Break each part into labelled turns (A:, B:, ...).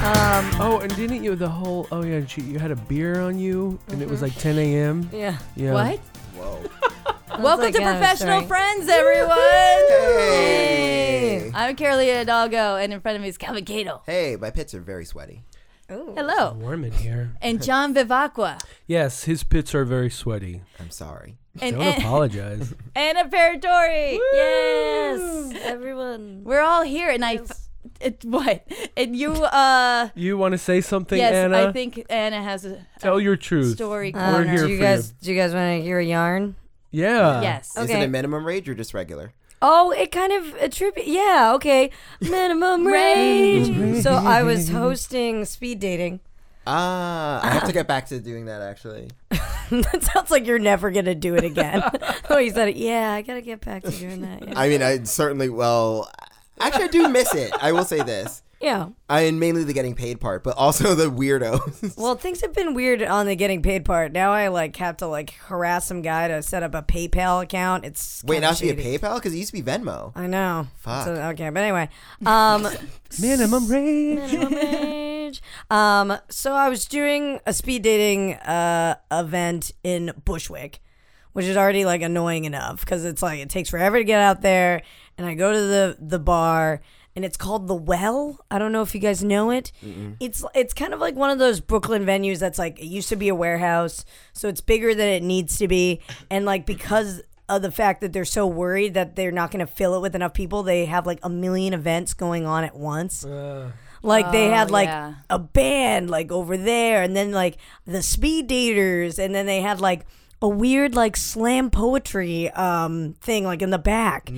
A: Oh, and didn't you the whole? Oh yeah, she, you had a beer on you, and it was like 10 a.m.
B: Yeah.
A: Yeah.
C: Mm-hmm. What?
D: Whoa.
C: Welcome
B: like
C: to
B: Adam's
C: Professional
B: story.
C: Friends, everyone.
D: Hey.
C: I'm Carolina Hidalgo, and in front of me is Calvin Cato.
D: Hey, my pits are very sweaty.
C: Hello.
A: Warm in here.
C: And John Vivacqua.
A: Yes, his pits are very sweaty.
D: I'm sorry.
C: And,
A: Don't
C: and
A: apologize.
C: Anna Peritori.
B: Yes, everyone.
C: We're all here, and I.
B: Yes.
C: It, what? And you, uh.
A: You want to say something,
C: yes,
A: Anna?
C: I think Anna has a,
A: Tell your truth.
C: story
A: Uh,
C: corner.
A: We're here
B: do you
A: for
B: guys do you guys want to hear a yarn?
A: Yeah.
C: Yes.
D: Is
B: Okay.
D: it a minimum rage or just regular?
B: Oh, it kind of attribute. Yeah, okay. Minimum rage. so I was hosting speed dating.
D: Ah, I have to get back to doing that actually.
B: that sounds like you're never gonna do it again. oh, you said it. Yeah, I gotta get back to doing that. Yeah.
D: I mean, I certainly, well, actually, I do miss it. I will say this.
B: yeah.
D: I and mainly the getting paid part, but also the weirdos.
B: Well, things have been weird on the getting paid part. Now I like have to like harass some guy to set up a PayPal account. It's
D: Wait,
B: kinda
D: now it should be
B: shady.
D: a PayPal because it used to be Venmo.
B: I know.
D: Fuck.
B: So- okay, but anyway, um,
A: Minimum rage.
B: Minimum um, so I was doing a speed dating uh, event in Bushwick, which is already like annoying enough because it's like it takes forever to get out there. And I go to the the bar, and it's called the Well. I don't know if you guys know it. It's it's kind of like one of those Brooklyn venues that's like it used to be a warehouse, so it's bigger than it needs to be, and like because of the fact that they're so worried that they're not going to fill it with enough people, they have like a million events going on at once. Like they
C: Oh,
B: had like
C: yeah.
B: a band like over there, and then like the speed daters, and then they had like a weird like slam poetry um thing like in the back.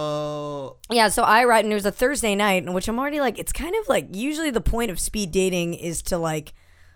D: No.
B: Yeah, so I write, and it was a Thursday night, in which I'm already like, it's kind of like usually the point of speed dating is to like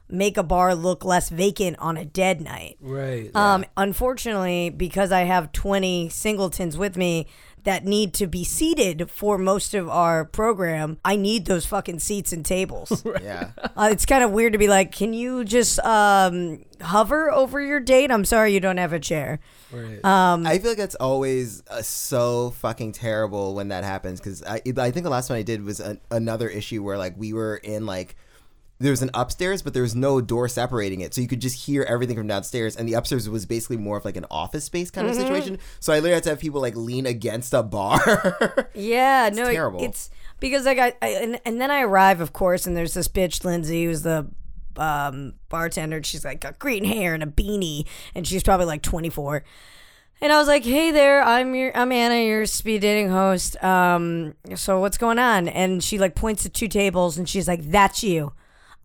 B: make a bar look less vacant on a dead night.
A: Right.
B: Um, unfortunately, because I have 20 singletons with me that need to be seated for most of our program, I need those fucking seats and tables.
D: Yeah.
B: uh, it's kind of weird to be like, can you just um, hover over your date? I'm sorry you don't have a chair.
A: right.
D: I feel like that's always uh, so fucking terrible when that happens because I, I think the last one I did was an, another issue where like we were in like there was an upstairs but there was no door separating it so you could just hear everything from downstairs and the upstairs was basically more of like an office space kind of situation so I literally had to have people like lean against a bar.
B: Yeah, no, it-
D: terrible.
B: it's because like I, I and, and then I arrive, of course, and there's this bitch Lindsay who's the um, bartender. And she's like got green hair and a beanie, and she's probably like 24. And I was like, "Hey there, I'm your, I'm Anna, your speed dating host. Um, so what's going on?" And she like points to two tables, and she's like, "That's you."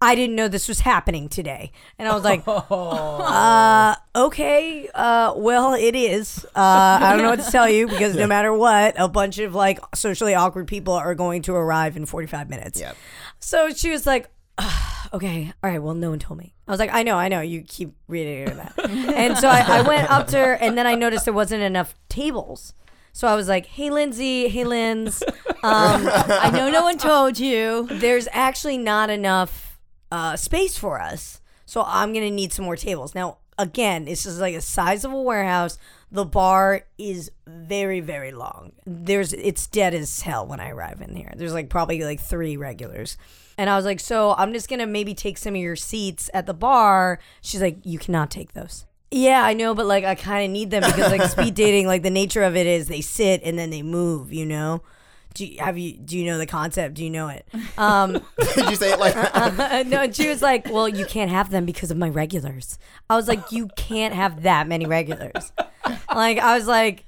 B: I didn't know this was happening today, and I was like, uh, okay. Uh, well, it is. Uh, I don't know what to tell you because no matter what, a bunch of like socially awkward people are going to arrive in 45 minutes.
D: Yep.
B: So she was like, "Ugh, okay, all right. Well, no one told me. I was like, I know, I know. You keep reading that. and so I, I went up to her, and then I noticed there wasn't enough tables. So I was like, hey, Lindsay, hey, Linz. Um,
C: I know no one told you.
B: there's actually not enough uh, space for us. So I'm going to need some more tables. Now, again, this is like a size of a warehouse. The bar is very, very long. There's it's dead as hell when I arrive in here. There's like probably like three regulars. And I was like, so I'm just gonna maybe take some of your seats at the bar. She's like, you cannot take those. Yeah, I know, but like I kind of need them because like speed dating, like the nature of it is they sit and then they move. You know, do you, have you do you know the concept? Do you know it? Um,
D: Did you say it like that?
B: no, and she was like, "Well, you can't have them because of my regulars." I was like, "You can't have that many regulars." like, I was like,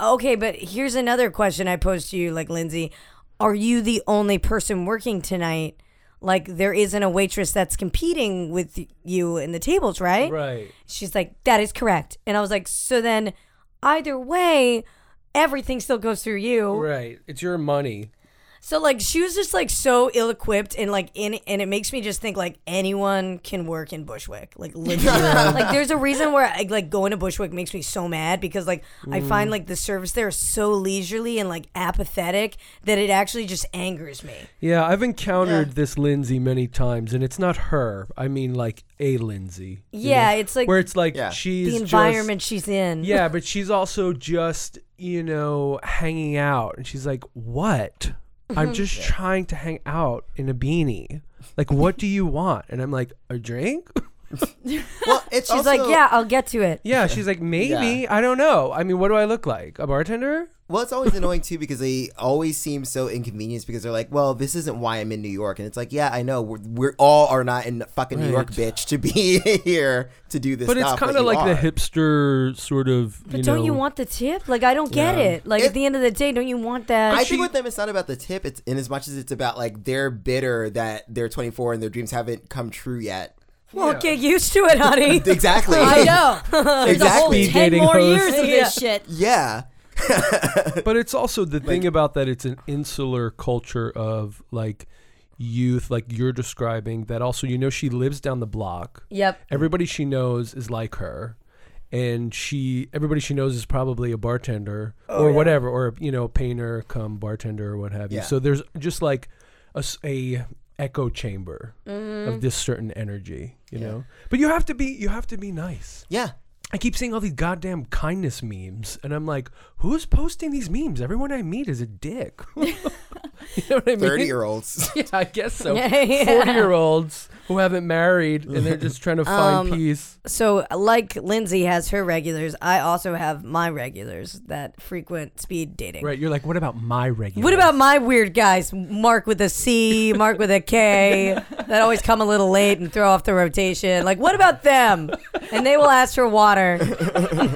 B: "Okay, but here's another question I posed to you, like Lindsay, are you the only person working tonight? Like, there isn't a waitress that's competing with you in the tables, right?"
A: right.
B: She's like, "That is correct," and I was like, "So then, either way." Everything still goes through you.
A: Right. It's your money.
B: So like she was just like so ill equipped and like in and it makes me just think like anyone can work in Bushwick. Like literally like there's a reason where I, like going to Bushwick makes me so mad because like I find like the service there is so leisurely and like apathetic that it actually just angers me.
A: Yeah, I've encountered this Lindsay many times, and it's not her. I mean, like a Lindsay. you
B: Yeah,
A: know,
B: it's like
A: where it's like
D: Yeah.
A: she's
B: The
A: just-
B: environment she's in.
A: yeah, but she's also just you know hanging out, and she's like, "What?
B: Mm-hmm.
A: I'm just trying to hang out in a beanie. Like, what do you want? And I'm like, a drink?
D: Well, it's
B: She's like, yeah, I'll get to it.
A: Yeah. She's like, maybe. I don't know. I mean, what do I look like? A bartender?
D: Well, it's always annoying too because they always seem so inconvenienced because they're like, well, this isn't why I'm in New York, and it's like, yeah, I know, we're, we're all are not in fucking New York, bitch, to be here to do this.
A: But it's
D: stuff,
A: kind of
D: you
A: like the
D: are.
A: hipster sort of.
B: But
A: you
B: don't
A: know,
B: you want the tip? Like, I don't get it. Like,
D: It-
B: at the end of the day, don't you want that?
D: I think with them, it's not about the tip. It's in as much as it's about like they're bitter that they're 24 and their dreams haven't come true yet.
B: well, get used to it, honey.
D: Exactly.
C: I know. There's a whole
D: Exactly.
A: Speed
C: ten
A: dating
C: more
A: host.
C: years of this shit.
D: Yeah.
A: But it's also the thing about that it's an insular culture of like youth, like you're describing, that also, you know, she lives down the block.
B: yep.
A: Everybody she knows is like her. And she, everybody she knows is probably a bartender or whatever, or, you know, painter, come bartender or what have you.
D: Yeah.
A: So there's just like a, s- a echo chamber of this certain energy, you know? But you have to be, you have to be nice.
D: Yeah.
A: I keep seeing all these goddamn kindness memes, and I'm like, who's posting these memes? Everyone I meet is a dick. you know what I mean?
D: 30 year olds.
A: Yeah, I guess so.
B: Yeah, yeah.
A: 40 year olds who haven't married and they're just trying to
B: Um,
A: find peace.
B: So, like Lindsay has her regulars, I also have my regulars that frequent speed dating.
A: Right. You're like, what about my regular?
B: What about my weird guys? Mark with a C, Mark with a K, that always come a little late and throw off the rotation. Like, what about them? And they will ask for water.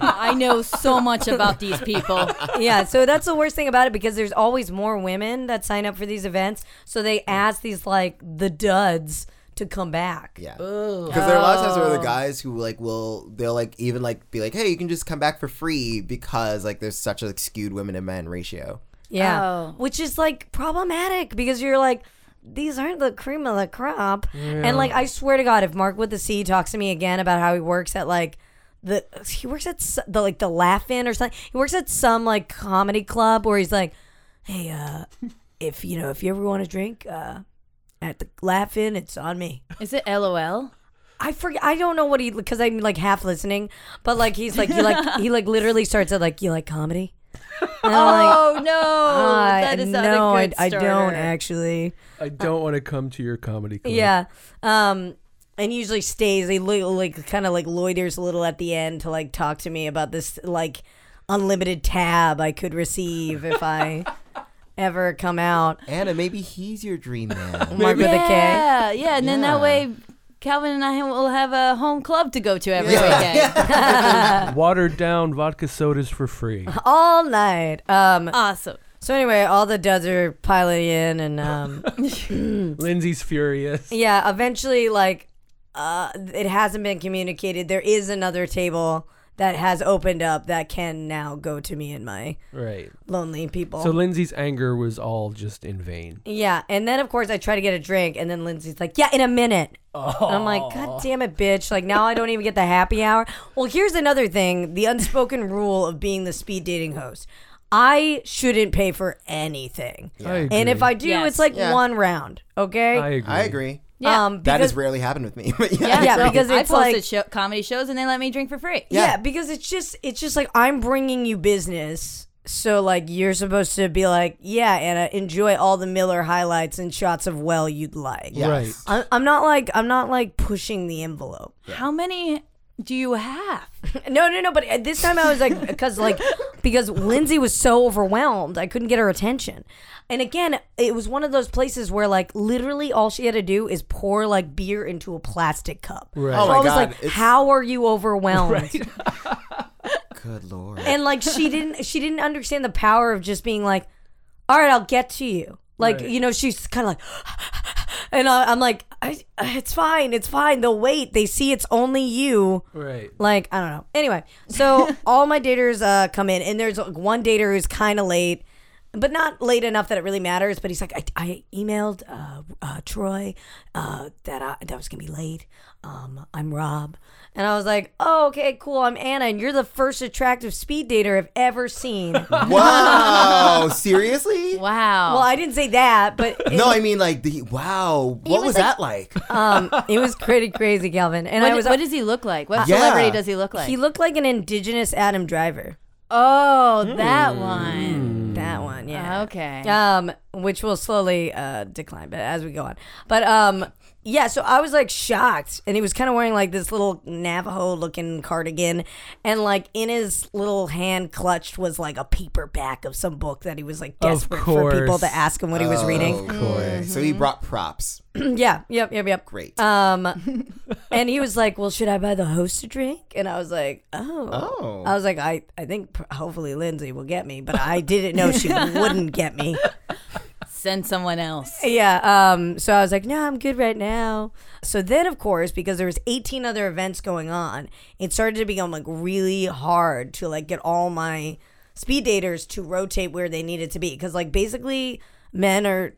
C: I know so much about these people.
B: Yeah, so that's the worst thing about it because there's always more women that sign up for these events. So they ask these, like, the duds to come back.
D: Yeah. Because there are a lot of times where
A: Oh.
D: the guys who like will they'll like even like be like, hey, you can just come back for free because like there's such a like, skewed women and men ratio.
B: Yeah.
C: Oh.
B: Which is like problematic because you're like, these aren't the cream of the crop. And like, I swear to God, if Mark with the C talks to me again about how he works at like, the he works at s- the like the Laugh-In or something. He works at some like comedy club where he's like, "Hey, uh, if you know if you ever want a drink uh, at the Laugh-In, it's on me."
C: Is it LOL?
B: I forget. I don't know what he because I'm like half listening, but like he's like you like he like literally starts at like you like comedy. And I'm like,
C: Oh no,
B: I-
C: that is not
B: no,
C: a good
B: I, I don't
C: starter.
B: actually.
A: I don't want to come to your comedy club.
B: Yeah. Um, and usually stays. They lo- like kind of like loiters a little at the end to like talk to me about this like unlimited tab I could receive if I ever come out.
D: Anna, maybe he's your dream man.
B: Mark with a K.
C: Yeah, yeah, and then
D: Yeah.
C: that way Calvin and I will have a home club to go to every weekend.
A: Watered down vodka sodas for free.
B: All night. Um,
C: Awesome.
B: so anyway, all the duds are piling in, and um,
A: Lindsay's furious.
B: yeah, eventually, like, uh, it hasn't been communicated. There is another table that has opened up that can now go to me and my
A: Right.
B: lonely people.
A: So Lindsay's anger was all just in vain.
B: Yeah, and then of course I try to get a drink, and then Lindsay's like, "Yeah, in a minute." And I'm
A: Oh.
B: like, "God damn it, bitch!" Like now I don't even get the happy hour. Well, here's another thing: the unspoken rule of being the speed dating host. I shouldn't pay for anything,
A: I agree.
B: and if I do,
C: Yes.
B: it's like
D: Yeah.
B: one round. Okay.
A: I agree.
D: I agree.
C: Yeah.
B: Um,
D: that
B: because-
D: has rarely happened with me. But yeah.
B: Yeah, because
C: I
B: it's
C: posted
B: like-
C: show, comedy shows and they let me drink for free.
B: yeah. because it's just it's just like I'm bringing you business. So like you're supposed to be like, "Yeah, Anna, enjoy all the Miller highlights and shots of well you'd like."
D: Yes.
A: Right.
B: I- I'm not like I'm not like pushing the envelope.
C: How many do you have?
B: No, no, no. But at this time I was like, because like, because Lindsay was so overwhelmed, I couldn't get her attention. And again, it was one of those places where like literally all she had to do is pour like beer into a plastic cup.
A: Right.
D: Oh
B: So
D: my
B: I was
D: God,
B: like,
D: it's-
B: how are you overwhelmed?
D: Good lord.
B: And like she didn't, she didn't understand the power of just being like, all right, I'll get to you. Like
A: Right.
B: you know, she's kind of like. And I, I'm like, I, it's fine, it's fine. They'll wait. They see it's only you.
A: Right.
B: Like, I don't know. Anyway, so all my daters uh, come in, and there's like, one dater who's kind of late, but not late enough that it really matters. But he's like, I, I emailed uh, uh, Troy uh, that I, that I was going to be late. Um, I'm Rob. And I was like, oh, okay, cool. I'm Anna, and you're the first attractive speed dater I've ever seen. well,
D: wow. Seriously?
C: Wow.
B: I didn't say that, but it,
D: No, I mean like the wow. What was,
C: was
D: that like?
B: um, it was pretty crazy, Calvin. And
C: what,
B: I was,
C: what does he look like? What
D: Yeah.
C: celebrity does he look like?
B: he looked like an indigenous Adam Driver.
D: Hmm.
C: oh, that one.
B: That that one. Yeah.
C: Okay.
B: Um, which will slowly uh, decline, but as we go on. But um, yeah. So I was like shocked, and he was kind of wearing like this little Navajo-looking cardigan, and like in his little hand clutched was like a paper back of some book that he was like
A: Of
B: desperate for people
A: course.
B: to ask him what he was reading.
D: Oh, boy. So he brought props.
B: yeah. Yep. Yep. Yep.
D: Great.
B: Um, and he was like, "Well, should I buy the host a drink?" And I was like, "Oh."
D: Oh.
B: I was like, "I, I think pr- hopefully Lindsay will get me," but I didn't know she wouldn't get me.
C: Send someone else.
B: Yeah. Um. So I was like, "No, I'm good right now." So then, of course, because there was 18 other events going on, it started to become like really hard to like get all my speed daters to rotate where they needed to be because like basically men are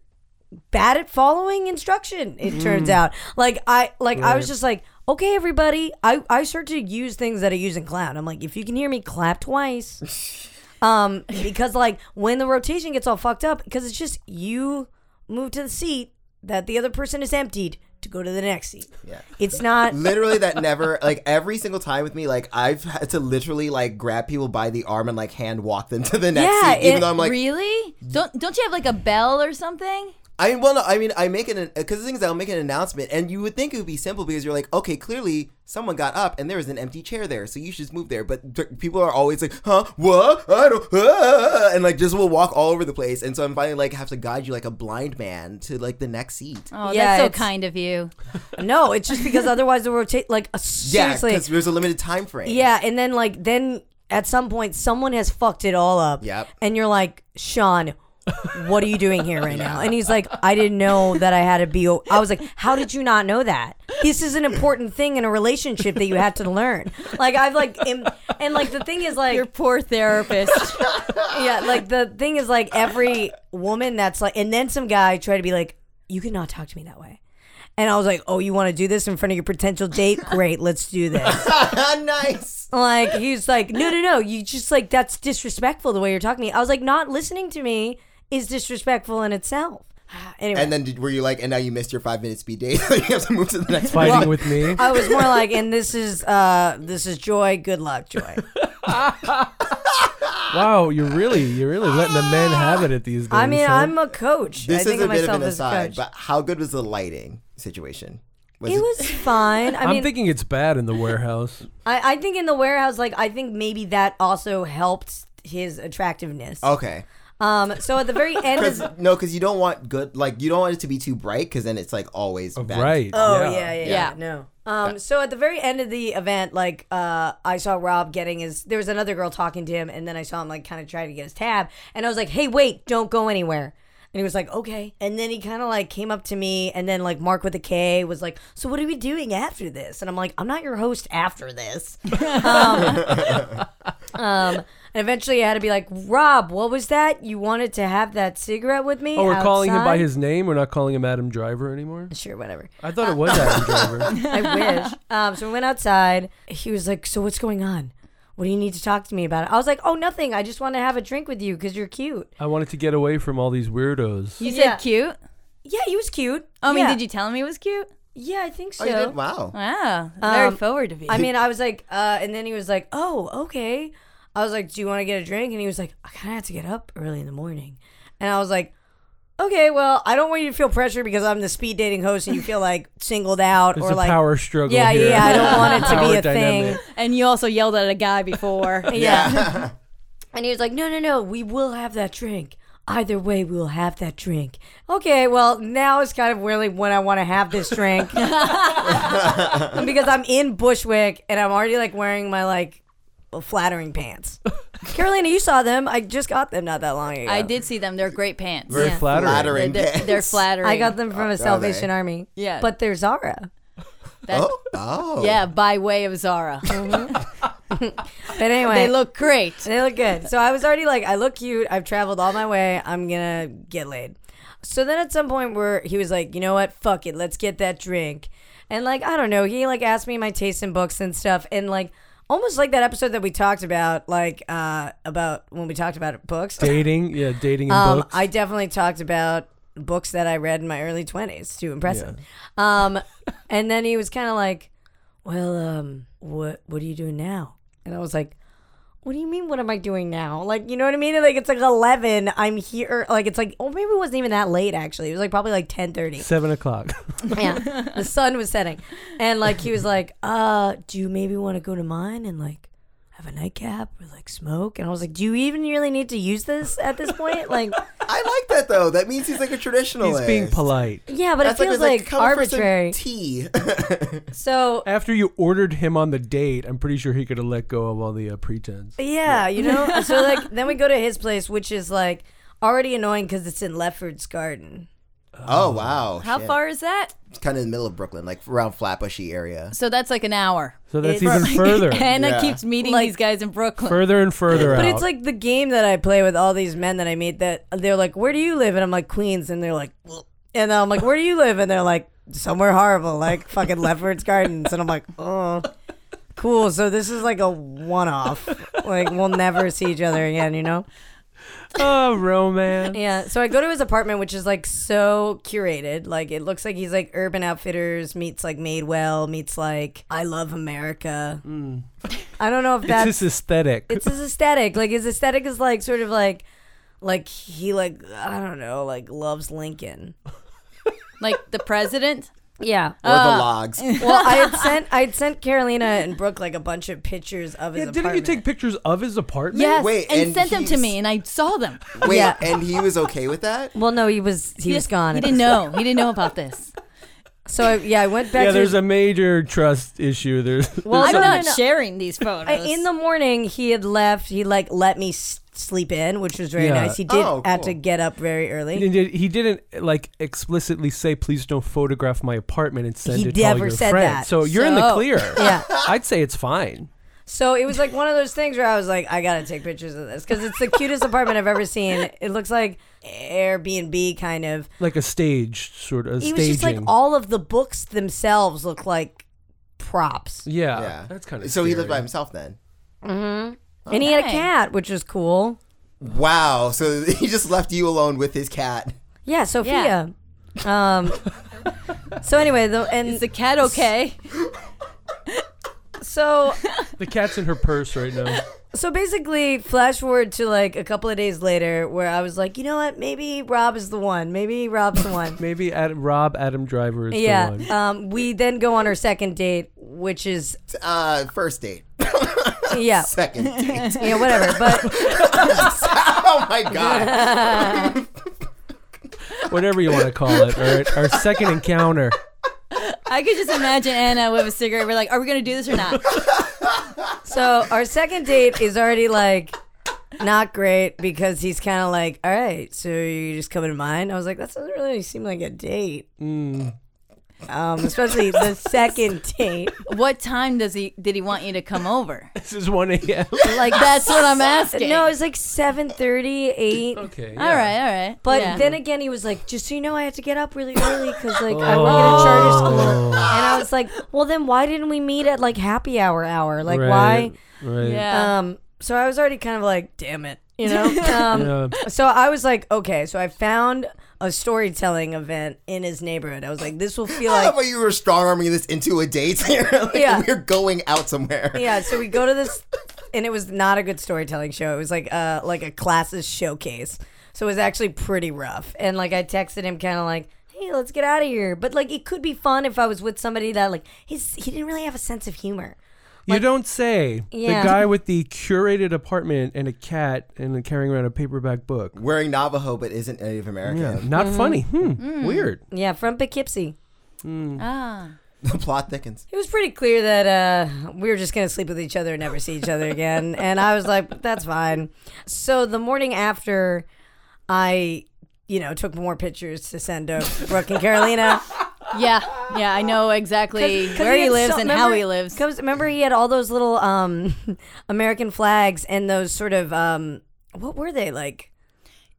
B: bad at following instruction it turns out like i like i was just like okay everybody i i start to use things that i use in cloud i'm like if you can hear me clap twice um because like when the rotation gets all fucked up because it's just you move to the seat that the other person is emptied to go to the next seat
D: Yeah.
B: it's not
D: literally that never like every single time with me like i've had to literally like grab people by the arm and like hand walk them to the next
B: Yeah,
D: seat even
B: it
D: though i'm like
C: really? Don't don't you have like a bell or something?
D: i mean well no i mean i make an because the thing is i'll make an announcement and you would think it would be simple because you're like okay clearly someone got up and there was an empty chair there so you should just move there but th- people are always like huh what i don't uh," and like just will walk all over the place and so i'm finally like have to guide you like a blind man to like the next seat
C: Oh,
B: Yeah,
C: that's so
B: it's-
C: kind of you.
B: no it's just because otherwise the rotate like
D: yeah
B: seriously
D: because there's a limited time frame
B: Yeah, and then like then at some point someone has fucked it all up.
D: Yep.
B: And you're like, Sean, what are you doing here right now? And he's like, I didn't know that I had to be. o-" I was like, how did you not know that? This is an important thing in a relationship that you had to learn. Like I've like im- and like the thing is like
C: Your poor therapist.
B: yeah, like the thing is like every woman that's like, and then some guy tried to be like, you cannot talk to me that way. And I was like, oh, you want to do this in front of your potential date? Great, let's do this.
D: nice
B: Like he's like, no, no, no. You just like that's disrespectful the way you're talking to me. I was like, not listening to me is disrespectful in itself. Anyway,
D: and then did, were you like and now you missed your five minute speed date you have to move to the next
A: Fighting
D: one.
A: with me.
B: I was more like, and this is uh, this is joy. Good luck, joy.
A: Wow, you're really you're really letting the men have it at these days.
B: I mean,
A: huh?
B: I'm a coach.
D: This
B: I think
D: is a
B: of
D: bit of
B: myself
D: an
B: as a
D: aside,
B: coach.
D: but how good was the lighting situation? Was
B: it was fine. I
A: I'm
B: mean,
A: thinking it's bad in the warehouse.
B: I, I think in the warehouse, like I think maybe that also helped his attractiveness.
D: okay.
B: Um, so at the very end, of,
D: Because no, because you don't want good. Like you don't want it to be too bright, because then it's like always bad.
A: Right.
B: Oh yeah, yeah, yeah.
D: Yeah.
B: No. Um, so at the very end of the event, like uh, I saw Rob getting his. There was another girl talking to him, and then I saw him like kind of try to get his tab, and I was like, "Hey, wait, don't go anywhere." And he was like, "Okay." And then he kind of like came up to me, and then like Mark with a K was like, "So what are we doing after this?" And I'm like, "I'm not your host after this." um, and eventually I had to be like, "Rob, what was that? You wanted to have that cigarette with me?"
A: Oh, we're calling him by
B: outside?"
A: his name. We're not calling him Adam Driver anymore.
B: Sure, whatever.
A: I thought it was Adam Driver.
B: I wish. Um, so we went outside. He was like, "So what's going on? What do you need to talk to me about?" I was like, "Oh, nothing. I just want to have a drink with you because you're cute."
A: I wanted to get away from all these weirdos.
C: You
B: Yeah.
C: said cute.
B: Yeah, he was cute.
C: Oh, I mean,
B: yeah.
C: did you tell him he was cute?
B: Yeah, I think so.
D: Oh, you did? Wow.
B: Uh,
C: Wow, very
B: Um,
C: forward of you.
B: I mean, I was like, uh, and then he was like, "Oh, okay." I was like, "Do you want to get a drink?" And he was like, "I kind of have to get up early in the morning," and I was like. Okay, well, I don't want you to feel pressure because I'm the speed dating host and you feel like singled out
A: It's
B: or
A: a
B: like
A: power struggle.
B: Yeah,
A: here.
B: yeah, I don't want it to be
A: Power
B: a
A: dynamic.
B: thing.
C: and you also yelled at a guy before.
B: Yeah. and he was like, no, no, no, we will have that drink. Either way, we will have that drink. Okay, well, now is kind of really when I want to have this drink. because I'm in Bushwick and I'm already like wearing my like flattering pants. Carolina, you saw them. I just got them not that long ago.
C: I did see them. They're great pants.
A: Very
B: Yeah.
A: flattering.
D: Flattering.
C: They're, they're, they're
D: pants.
C: flattering.
B: I got them from a Salvation Army.
C: Yeah.
B: But they're Zara.
C: That-
D: Oh. Oh.
C: Yeah, by way of Zara.
B: Mm-hmm. But anyway,
C: they look great.
B: They look good. So I was already like, I look cute. I've traveled all my way. I'm gonna get laid. So then at some point where he was like, you know what? Fuck it. Let's get that drink. And like, I don't know. He like asked me my taste in books and stuff. And like, almost like that episode that we talked about, like uh about when we talked about books.
A: Dating, yeah, dating in
B: Um,
A: books.
B: I definitely talked about books that I read in my early twenties to impress him. Um, and then he was kind of like, "Well, um, what what are you doing now?" And I was like, what do you mean? What am I doing now? Like, you know what I mean? Like, it's like eleven. I'm here. Like, it's like, oh, maybe it wasn't even that late. Actually, it was like probably like ten thirty.
A: Seven o'clock.
B: yeah, the sun was setting, and like he was like, "Uh, do you maybe want to go to mine and like have a nightcap or like smoke?" And I was like, "Do you even really need to use this at this point?" Like,
D: I like that though. That means he's like a
A: He's
D: traditionalist.
A: being polite.
B: yeah, but
D: That's
B: it feels
D: like,
B: like,
D: it's come for some
B: arbitrary.
D: Tea.
B: so
A: After you ordered him on the date, I'm pretty sure he could have let go of all the uh, pretense.
B: Yeah, you know. so like, then we go to his place, which is like already annoying because it's in Lefford's Garden.
D: oh wow.
C: How far is that?
D: Kind of in the middle of Brooklyn, like around Flatbushy area.
C: So that's like an hour.
A: So that's
B: It's-
A: even further,
C: Hannah
D: Yeah.
C: keeps meeting
B: Like-
C: these guys in Brooklyn.
A: further and further
B: But
A: out.
B: it's like the game that I play with all these men that I meet. That they're like, "Where do you live?" And I'm like, "Queens," and they're like, "Ugh." and I'm like, "Where do you live?" And they're like, "Somewhere horrible, like fucking Lefford's Gardens." And I'm like, "Oh, cool." So this is like a one-off. Like we'll never see each other again, you know?
A: oh, romance.
B: Yeah. So I go to his apartment, which is like so curated. Like it looks like he's like Urban Outfitters meets like Madewell meets like I Love America.
A: Mm.
B: I don't know if that's
A: It's his aesthetic.
B: it's his aesthetic. Like his aesthetic is like sort of like like he like I don't know, like loves Lincoln.
C: like the president.
B: Yeah.
D: Or the logs.
B: well, I had sent I had sent Carolina and Brooke like a bunch of pictures of his
A: yeah, didn't you
B: apartment.
A: take pictures of his apartment?
C: Yes,
D: Wait,
C: and,
D: and
C: sent them to
D: he's-
C: me, and I saw them.
D: Wait,
B: Yeah.
D: and he was okay with that?
B: well, no, he was he was
C: just-
B: gone.
C: He didn't know. He didn't know about this.
B: So I, yeah, I went back.
A: Yeah,
B: to
A: there's a major trust issue. There's
B: well,
C: I'm
B: no, no,
C: not
B: no.
C: sharing these photos.
B: I- in the morning he had left. He like let me s- sleep in, which was very
A: Yeah.
B: nice. He did
D: Oh,
B: have
D: cool.
B: to get up very early.
A: he, did, he didn't like explicitly say, "Please don't photograph my apartment and send
B: He
A: it to all
B: never
A: your
B: said
A: friends."
B: that.
A: So you're in the
B: So-
A: clear.
B: Yeah.
A: I'd say it's fine.
B: So it was like one of those things where I was like, I gotta take pictures of this because it's the cutest apartment I've ever seen. It looks like Airbnb kind of.
A: Like a stage sort of
B: It
A: staging.
B: was just like all of the books themselves look like props,
A: yeah,
D: yeah.
A: Uh, that's kind of.
D: So he lived by himself then.
B: and he had a
C: Okay.
B: cat, which was cool.
D: Wow. So he just left you alone with his cat.
B: Yeah, Sophia. Um. so anyway, the,
C: is
B: and
C: the cat okay?
B: so
A: The cat's in her purse right now.
B: So basically, flash forward to like a couple of days later, where I was like, you know what? Maybe Rob is the one. Maybe Rob's the one.
A: Maybe Adam, Rob Adam Driver is
B: yeah.
A: the one.
B: Um, we then go on our second date, which is
D: Uh, first date.
B: yeah,
D: Second date.
B: yeah, whatever. But
D: oh my god.
A: Whatever you want to call it. All right, our second encounter.
C: I could just imagine Anna with a cigarette. We're like, are we going to do this or not?
B: so our second date is already like not great because he's kind of like, all right, so you just coming to mine? I was like, that doesn't really seem like a date.
A: Mm.
B: Um, especially the second date.
C: What time does he did he want you to come over?
A: This is one a.m.
C: Like that's what I'm asking.
B: No, it was like seven thirty, eight.
A: Okay.
C: all right, all right.
B: But
C: Yeah.
B: then again, he was like, just so you know, I have to get up really early because like I work at
A: Oh.
B: a charter school. And I was like, well, then why didn't we meet at like happy hour hour? Like
A: Right, Right.
B: why?
C: yeah.
B: Um, so I was already kind of like, damn it, you know. Um,
A: Yeah.
B: So I was like, okay. So I found a storytelling event in his neighborhood. I was like, this will feel
D: How
B: like.
D: about you were strong arming this into a date? Like,
B: Yeah.
D: We're going out somewhere.
B: Yeah, so we go to this, and it was not a good storytelling show. It was like uh like a classes showcase, so it was actually pretty rough. And like I texted him, kind of like, "Hey, let's get out of here." But like it could be fun if I was with somebody that like he's he didn't really have a sense of humor.
A: you don't say.
B: Yeah.
A: The guy with the curated apartment and a cat and carrying around a paperback book.
D: Wearing Navajo but isn't Native American.
A: Yeah. Not
B: Mm-hmm.
A: funny. Hmm.
B: Mm.
A: Weird.
B: Yeah, from Poughkeepsie,
C: ah.
D: The plot thickens.
B: it was pretty clear that uh we were just gonna sleep with each other and never see each other again. And I was like, "That's fine." So the morning after, I. You know, took more pictures to send to Brooke and Carolina.
C: Yeah, yeah, I know exactly
B: 'Cause
C: where he,
B: had
C: lives
B: so-
C: and
B: remember-
C: how he lives.
B: 'cause remember, he had all those little um, American flags and those sort of um, what were they like?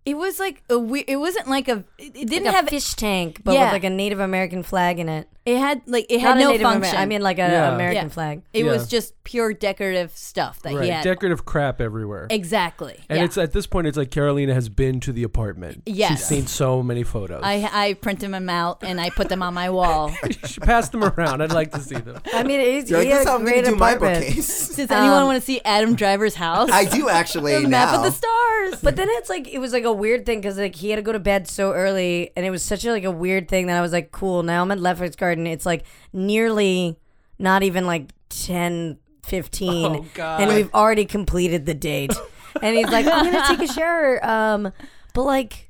C: It was like a we- it wasn't like a it it didn't
B: Like a
C: have
B: fish tank, but
C: Yeah.
B: with like a Native American flag in it.
C: It had like it had
B: Not a
C: no
B: Native Amer-
C: function.
B: I mean, like an
A: Yeah.
B: American
C: Yeah.
B: flag.
C: it
A: Yeah.
C: was just pure decorative stuff that he
A: right.
C: had.
A: Decorative crap everywhere.
C: exactly.
A: and
C: yeah.
A: it's at this point, it's like Carolina has been to the apartment.
C: Yes.
A: She's seen so many photos.
C: I I printed them out and I put them on my wall.
A: she passed them around. I'd like to see them.
B: I mean, it's
D: You're like,
B: he
D: this
B: had
D: is how
B: a
D: I'm going
B: great
D: to do my
B: apartment.
D: bookcase.
C: Does anyone
B: Um,
C: want to see Adam Driver's house?
D: I do actually
C: the
D: now.
C: map of the stars.
B: But then it's like it was like a weird thing because like he had to go to bed so early, and it was such a, like a weird thing that I was like, cool. Now I'm at Lefferts Garden. It's like nearly, not even like 10, 15.
A: Oh, God.
B: and we've already completed the date. and he's like, I'm gonna take a shower. Um, but like.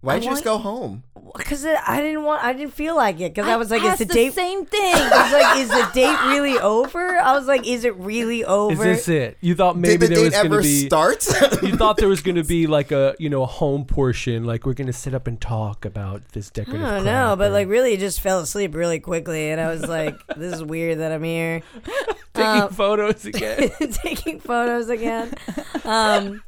D: Why don't you
B: I
D: just go home?
B: Because I didn't want, I didn't feel like it. Because I was like, is
C: asked
B: the
C: the
B: date?
C: same thing.
B: I was like, is the date really over? I was like, is it really
A: Is
B: over?
A: this it? You thought maybe
D: Did the
A: there
D: date
A: was going to
D: ever
A: be.
D: start?
A: You thought there was going to be like a you know a home portion, like we're going to sit up and talk about this
B: I
A: decorative.
B: don't
A: crap
B: know, but
A: or-
B: like, really, just fell asleep really quickly, and I was like, "This is weird that I'm here
A: taking
B: um,
A: photos again.
B: taking photos again." Um,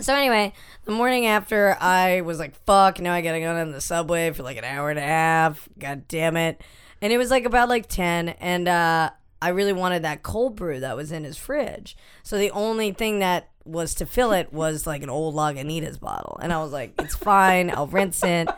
B: so anyway, the morning after, I was like, "Fuck!" Now I gotta go on the subway for like an hour and a half. God damn it! And it was like about like ten, and uh, I really wanted that cold brew that was in his fridge. So the only thing that was to fill it was like an old Lagunitas bottle, and I was like, "It's fine. I'll rinse it."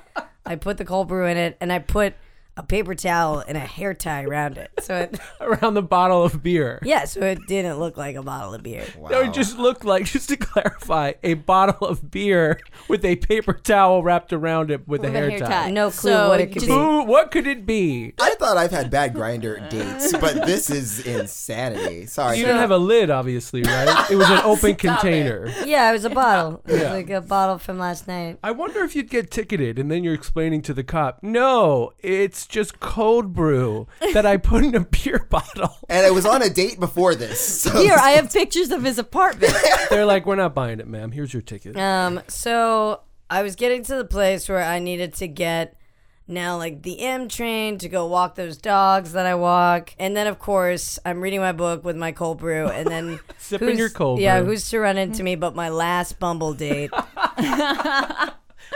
B: I put the cold brew in it, and I put a paper towel and a hair tie around it. So it,
A: around the bottle of beer.
B: yeah, so it didn't look like a bottle of beer.
A: No, it just looked like, just to clarify, a bottle of beer with a paper towel wrapped around it with, a hair, tie.
B: No clue what it could
C: just-
B: be.
A: Who? What could it be?
D: I thought I've had bad grinder dates, but this is insanity. Sorry.
A: You didn't have a lid, obviously, right? It was an open container.
B: Yeah, it was a bottle. It was
A: Yeah.
B: like a bottle from last night.
A: I wonder if you'd get ticketed, and then you're explaining to the cop, "No, it's just cold brew that I put in a beer bottle."
D: and I was on a date before this. So
C: Here, I have pictures of his apartment.
A: They're like, "We're not buying it, ma'am. Here's your ticket."
B: Um, so I was getting to the place where I needed to get now like the M train to go walk those dogs that I walk, and then of course I'm reading my book with my cold brew, and then
A: Sipping
B: who's-
A: your cold
B: Yeah,
A: brew.
B: who's to run into me but my last Bumble date?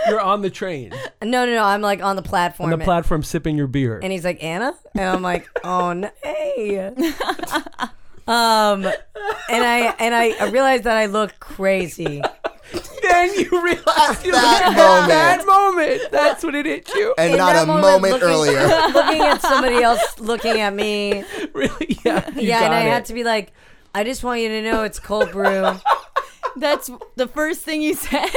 A: You're on the train,
B: no, no, no. I'm like on the
A: on
B: platform.
A: the platform, sipping your beer.
B: and he's like Anna, and I'm like, oh no, hey. Um, and I and I, I realized that I look crazy.
A: then you realize you
D: That
A: had
D: moment.
A: that moment. That's when it hit you.
D: and
B: In
D: not
B: that
D: a moment
B: looking-
D: earlier.
B: looking at somebody else looking at me.
A: really? Yeah. You
B: yeah,
A: got
B: and I
A: it.
B: had to be like, I just want you to know it's cold brew.
C: That's the first thing you said.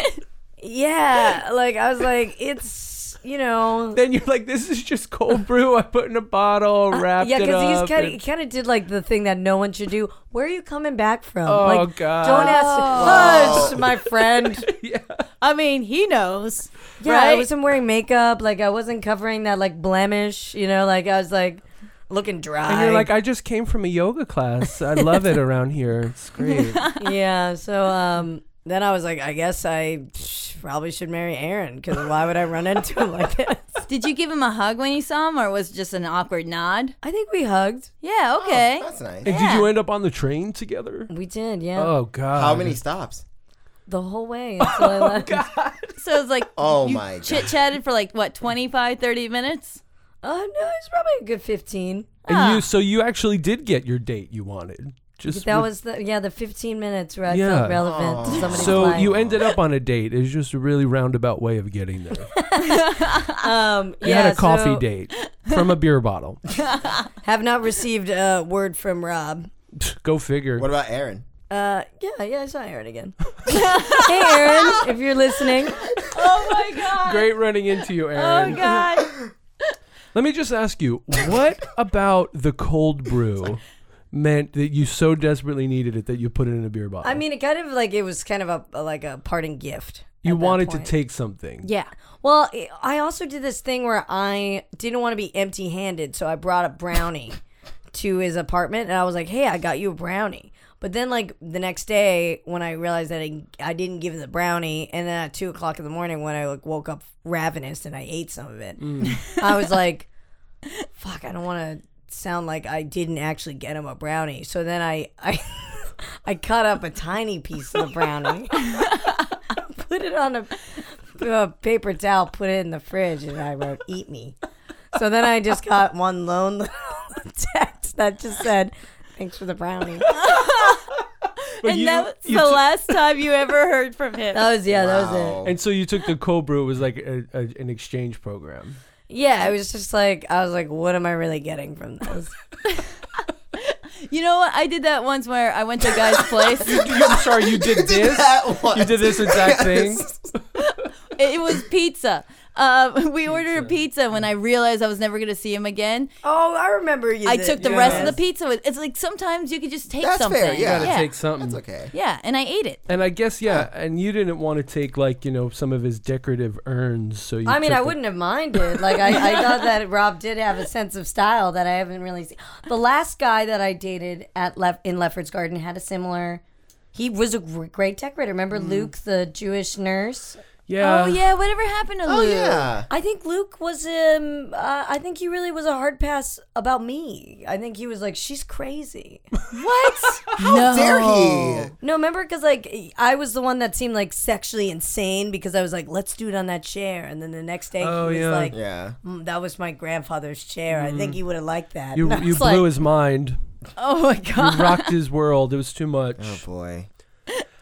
B: yeah, like I was like, it's you know,
A: Then you're like, "This is just cold brew. I put in a bottle, wrapped
B: yeah,
A: it up."
B: because he's kind of
A: and-
B: kind of did like the thing that no one should do. Where are you coming back from?
A: Oh,
B: like,
A: God.
B: Don't ask. Oh, it's my friend.
C: I mean, he knows.
B: Yeah, I
C: right?
B: wasn't wearing makeup. Like I wasn't covering that like blemish. You know, like I was like looking dry.
A: And you're like, I just came from a yoga class. I love it around here. It's great.
B: yeah. So um, then I was like, I guess I probably should marry Aaron because why would I run into him like this?
C: Did you give him a hug when you saw him, or was it just an awkward nod?
B: I think we hugged.
C: Yeah.
B: Oh,
C: Okay.
D: That's nice.
A: And did you end up on the train together?
B: We did. Yeah.
A: Oh God!
D: How many stops?
B: The whole way until I left.
C: so it's like
D: Oh my god.
C: chit chatted for like what 25, 30 minutes.
B: Oh no, it's probably a good fifteen.
A: And you, so you actually did get your date you wanted. Just
B: That
A: with-
B: was the yeah the fifteen minutes where I
A: Yeah.
B: felt relevant to somebody's
A: So
B: life.
A: you ended up on a date. It's just a really roundabout way of getting there.
B: um,
A: You
B: yeah,
A: had a coffee
B: so
A: date from a beer bottle.
B: Have not received a word from Rob.
A: Go figure.
D: What about Aaron?
B: Uh, yeah, yeah, I saw Aaron again. hey, Aaron, if you're listening,
C: Oh my god.
A: Great running into you,
C: Oh
A: Aaron.
C: god.
A: Let me just ask you, what about the cold brew meant that you so desperately needed it that you put it in a beer bottle?
B: I mean, it kind of like it was kind of a, a- like a parting gift.
A: you
B: at that
A: wanted to
B: point.
A: take something.
B: Yeah. Well, I- I also did this thing where I didn't want to be empty-handed, so I brought a brownie to his apartment, and I was like, "Hey, I got you a brownie." But then, like the next day, when I realized that I, I didn't give him the brownie, and then at two o'clock in the morning, when I like woke up ravenous and I ate some of it, I was like, "Fuck, I don't want to sound like I didn't actually get him a brownie." So then I I I cut up a tiny piece of the brownie put it on a, a paper towel, put it in the fridge, and I wrote "Eat me." So then I just got one lone little text that just said, "Thanks for the brownie." That
C: and that was the last time you ever heard from him.
B: was yeah,
D: Wow.
A: And so you took the Cobra. It was like a, a, an exchange program.
B: Yeah, it was just like I was like, "What am I really getting from this?"
C: You know what? I did that once where I went to a guy's place.
A: You- I'm sorry, you did this.
D: that one.
A: You did this exact thing.
C: It was pizza. Um, we ordered a pizza when I realized I was never going to see him again.
B: Oh, I remember you.
C: I
B: did.
C: took the
B: Yeah.
C: rest of the pizza. With, it's like sometimes you could just take
D: That's
C: something.
D: fair. Yeah.
A: Gotta
C: yeah.
A: take something.
D: That's okay.
C: Yeah, and I ate it.
A: And I guess yeah. And you didn't want to take like you know some of his decorative urns. So you
B: I mean,
A: took
B: I
A: the-
B: wouldn't have minded. Like, I, I thought that Rob did have a sense of style that I haven't really seen. The last guy that I dated at Lef- in Lefford's Garden had a similar. He was a gr- great decorator. Remember
A: Mm.
B: Luke, the Jewish nurse?
A: Yeah.
C: oh yeah, whatever happened to
D: Oh
C: Luke?
D: yeah.
B: I think Luke was um. Uh, I think he really was a hard pass about me. I think he was like, she's crazy.
C: What? How no.
D: Dare he?
B: No, remember because like I was the one that seemed like sexually insane because I was like, let's do it on that chair, and then the next day
A: Oh,
B: he was
A: yeah. Mm.
B: like,
D: Yeah.
B: "Mm, that was my grandfather's chair. I think he would have liked that.
A: You
B: And I
A: you
B: was
A: blew
B: like,
A: his mind.
C: Oh my god.
A: You rocked his world. It was too much.
D: Oh boy.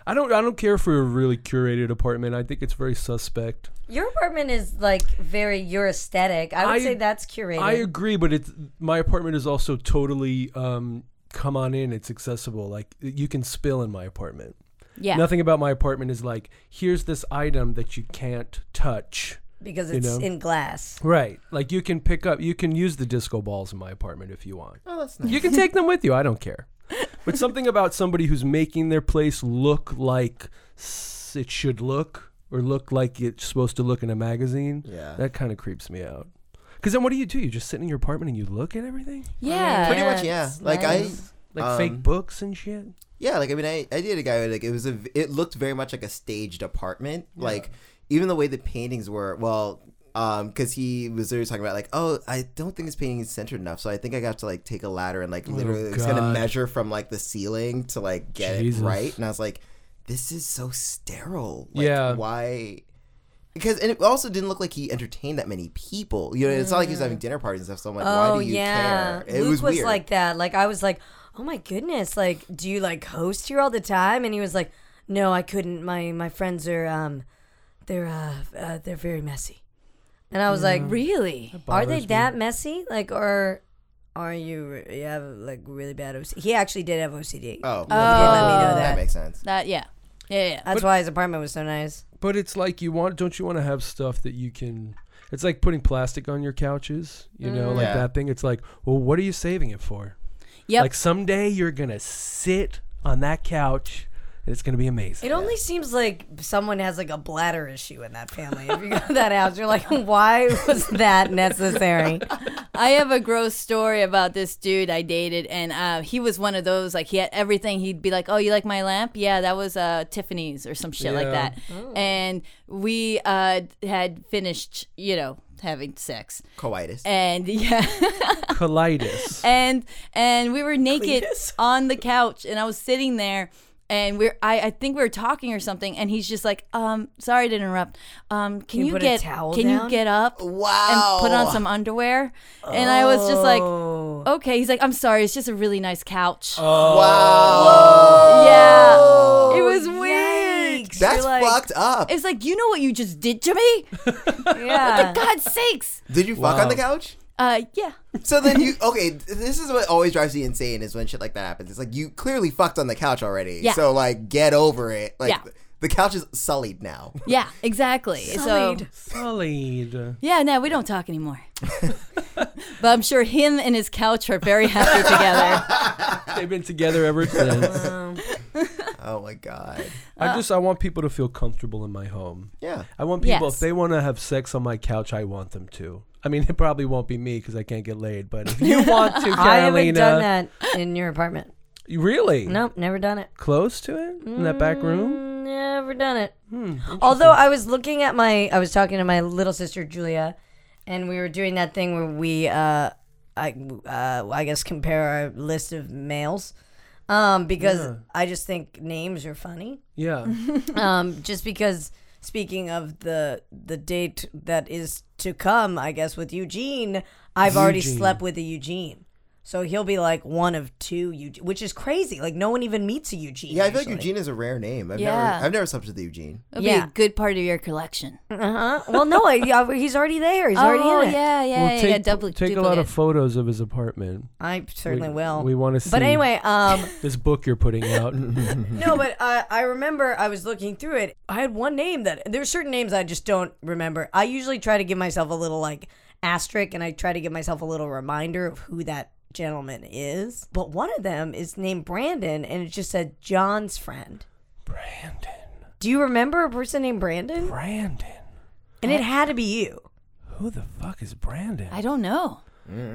A: I don't I don't care for a really curated apartment. I think it's very suspect.
B: Your apartment is like very your aesthetic. I would
A: I-
B: say that's curated.
A: I agree, but it's my apartment is also totally um come on in, it's accessible. Like you can spill in my apartment.
C: Yeah.
A: Nothing about my apartment is like, here's this item that you can't touch.
B: because
A: you
B: it's
A: know.
B: in glass.
A: Right. Like you can pick up you can use the disco balls in my apartment if you want.
D: Oh, that's nice.
A: You can take them with you, I don't care. But something about somebody who's making their place look like s- it should look or look like it's supposed to look in a magazine.
D: Yeah.
A: That kind of creeps me out. Because then what do you do? You just sit in your apartment and you look at everything?
C: Yeah.
D: Pretty much, yeah.
C: it's
D: Like
C: nice.
D: I,
A: Like fake
D: um,
A: books and shit?
D: Yeah, like I mean, I, I did a guy who, like it was a v- it looked very much like a staged apartment. Like even the way the paintings were, well, um, because he was literally talking about like, oh, I don't think this painting is centered enough, so I think I got to like take a ladder and like literally it's gonna
A: Oh, God.
D: measure from like the ceiling to like get
A: Jesus.
D: it right. And I was like, this is so sterile. Like,
A: Yeah.
D: why? Because and it also didn't look like he entertained that many people. You know, it's not like he was having
A: Mm.
D: dinner parties and stuff. So I'm like,
B: oh
D: why do you
B: yeah,
D: care? It
B: Luke
D: was, weird.
B: like that. Like I was like, oh my goodness, like do you like host here all the time? And he was like, no, I couldn't. My my friends are um, they're uh, uh they're very messy. And I was like,
C: Really?
B: are they
A: bothers me.
B: that messy? Like or are you re- you have like really bad OCD? He actually did have OCD.
D: oh,
C: Oh.
B: He let me know
D: that
B: that.
D: makes sense.
C: That yeah. Yeah, yeah.
B: That's why his apartment was so nice.
A: But it's like you want don't you want to have stuff that you can it's like putting plastic on your couches, you know, like
D: Yeah.
A: that thing. It's like, well, what are you saving it for?
C: Yep.
A: Like someday you're gonna sit on that couch and it's gonna be amazing.
B: It only seems like someone has like a bladder issue in that family. If you go to that house, you're like, why was that necessary?
C: I have a gross story about this dude I dated, and uh, he was one of those like he had everything. He'd be like, "Oh, you like my lamp? Yeah, that was uh, Tiffany's or some shit like
A: Yeah.
C: that." And we uh, had finished, you know, having sex,
D: Coitus.
C: and yeah,
A: Colitis.
C: and and we were naked on the couch, and I was sitting there. And we're, I, I think we were talking or something, and he's just like, um, sorry to interrupt. Um, can,
B: you
C: you
B: put a
C: get,
B: towel
C: can
B: down?
C: you get up?
D: Wow.
C: and put on some underwear. And I was just like,
B: Oh.
C: okay. He's like, I'm sorry. It's just a really nice couch.
D: Wow.
C: yeah. It was weird.
B: Oh, Yikes.
D: That's
B: You're like-
D: fucked up.
C: It's like, you know what you just did to me?
B: Yeah.
C: God's sakes.
D: Did you fuck on the couch?
C: Uh, yeah.
D: So then you okay? th- This is what always drives me insane is when shit like that happens. It's like you clearly fucked on the couch already.
C: Yeah.
D: So like, get over it. Like
C: Yeah.
D: the couch is sullied now.
C: Yeah, exactly. So,
B: Sullied.
A: Sullied.
C: yeah, no, we don't talk anymore. but I'm sure him and his couch are very happy together.
A: They've been together ever since.
D: Oh my god.
A: I just I want people to feel comfortable in my home.
D: Yeah.
A: I want people
C: Yes.
A: if they want to have sex on my couch, I want them to. I mean, it probably won't be me because I can't get laid. But if you want to, Carolina,
B: I haven't done that in your apartment.
A: You really
B: Nope, never done it.
A: close to it in that back
B: Mm.
A: room.
B: Never done it.
D: Hmm,
B: Although I was looking at my, I was talking to my little sister Julia, and we were doing that thing where we, uh, I, uh, I guess compare our list of males, um, because I just think names are funny.
A: Yeah,
B: um, just because speaking of the the date that is to come, I guess, with Eugene, I've already
A: Eugene.
B: slept with a Eugene. So he'll be like one of two, Eugene, which is crazy. Like no one even meets a Eugene.
D: Yeah, I feel like
B: usually.
D: Eugene is a rare name. I've
C: Yeah.
D: never I've never slept with a Eugene.
C: It'll be
B: Yeah.
C: a good part of your collection.
B: Uh-huh. Well, no, I, I- he's already there. He's
C: oh
B: already in it.
C: yeah, yeah,
A: Well,
C: yeah,
A: take
C: yeah. Dupli-
A: take a lot of
C: duplicate.
A: photos of his apartment.
B: I certainly
A: We-
B: will.
A: we wanna
B: But
A: see.
B: anyway, um,
A: This book you're putting out.
B: no, but uh, I remember I was looking through it. I had one name that there's certain names I just don't remember. I usually try to give myself a little like asterisk and I try to give myself a little reminder of who that gentleman is. But one of them is named Brandon and it just said John's friend.
A: Brandon.
B: Do you remember a person named Brandon?
A: Brandon.
B: And it had to be you.
A: Who the fuck is Brandon?
C: I don't know.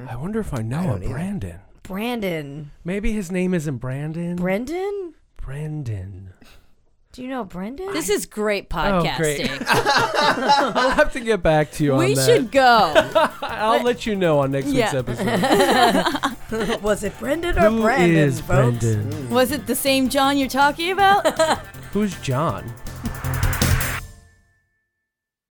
A: I wonder if I know a Brandon.
B: Brandon.
A: Maybe his name isn't Brandon.
B: Brendan?
A: Brandon.
B: Do you know Brendan?
C: This is great
A: Oh, great.
C: podcasting.
A: I'll have to get back to you on
C: we
A: that.
C: should go.
A: I'll let you know on next week's
C: Yeah.
A: episode.
B: was it Brendan or
A: Who
B: Brandon,
A: is
B: folks?
A: Brandon?
C: Was it the same John you're talking about?
A: Who's John?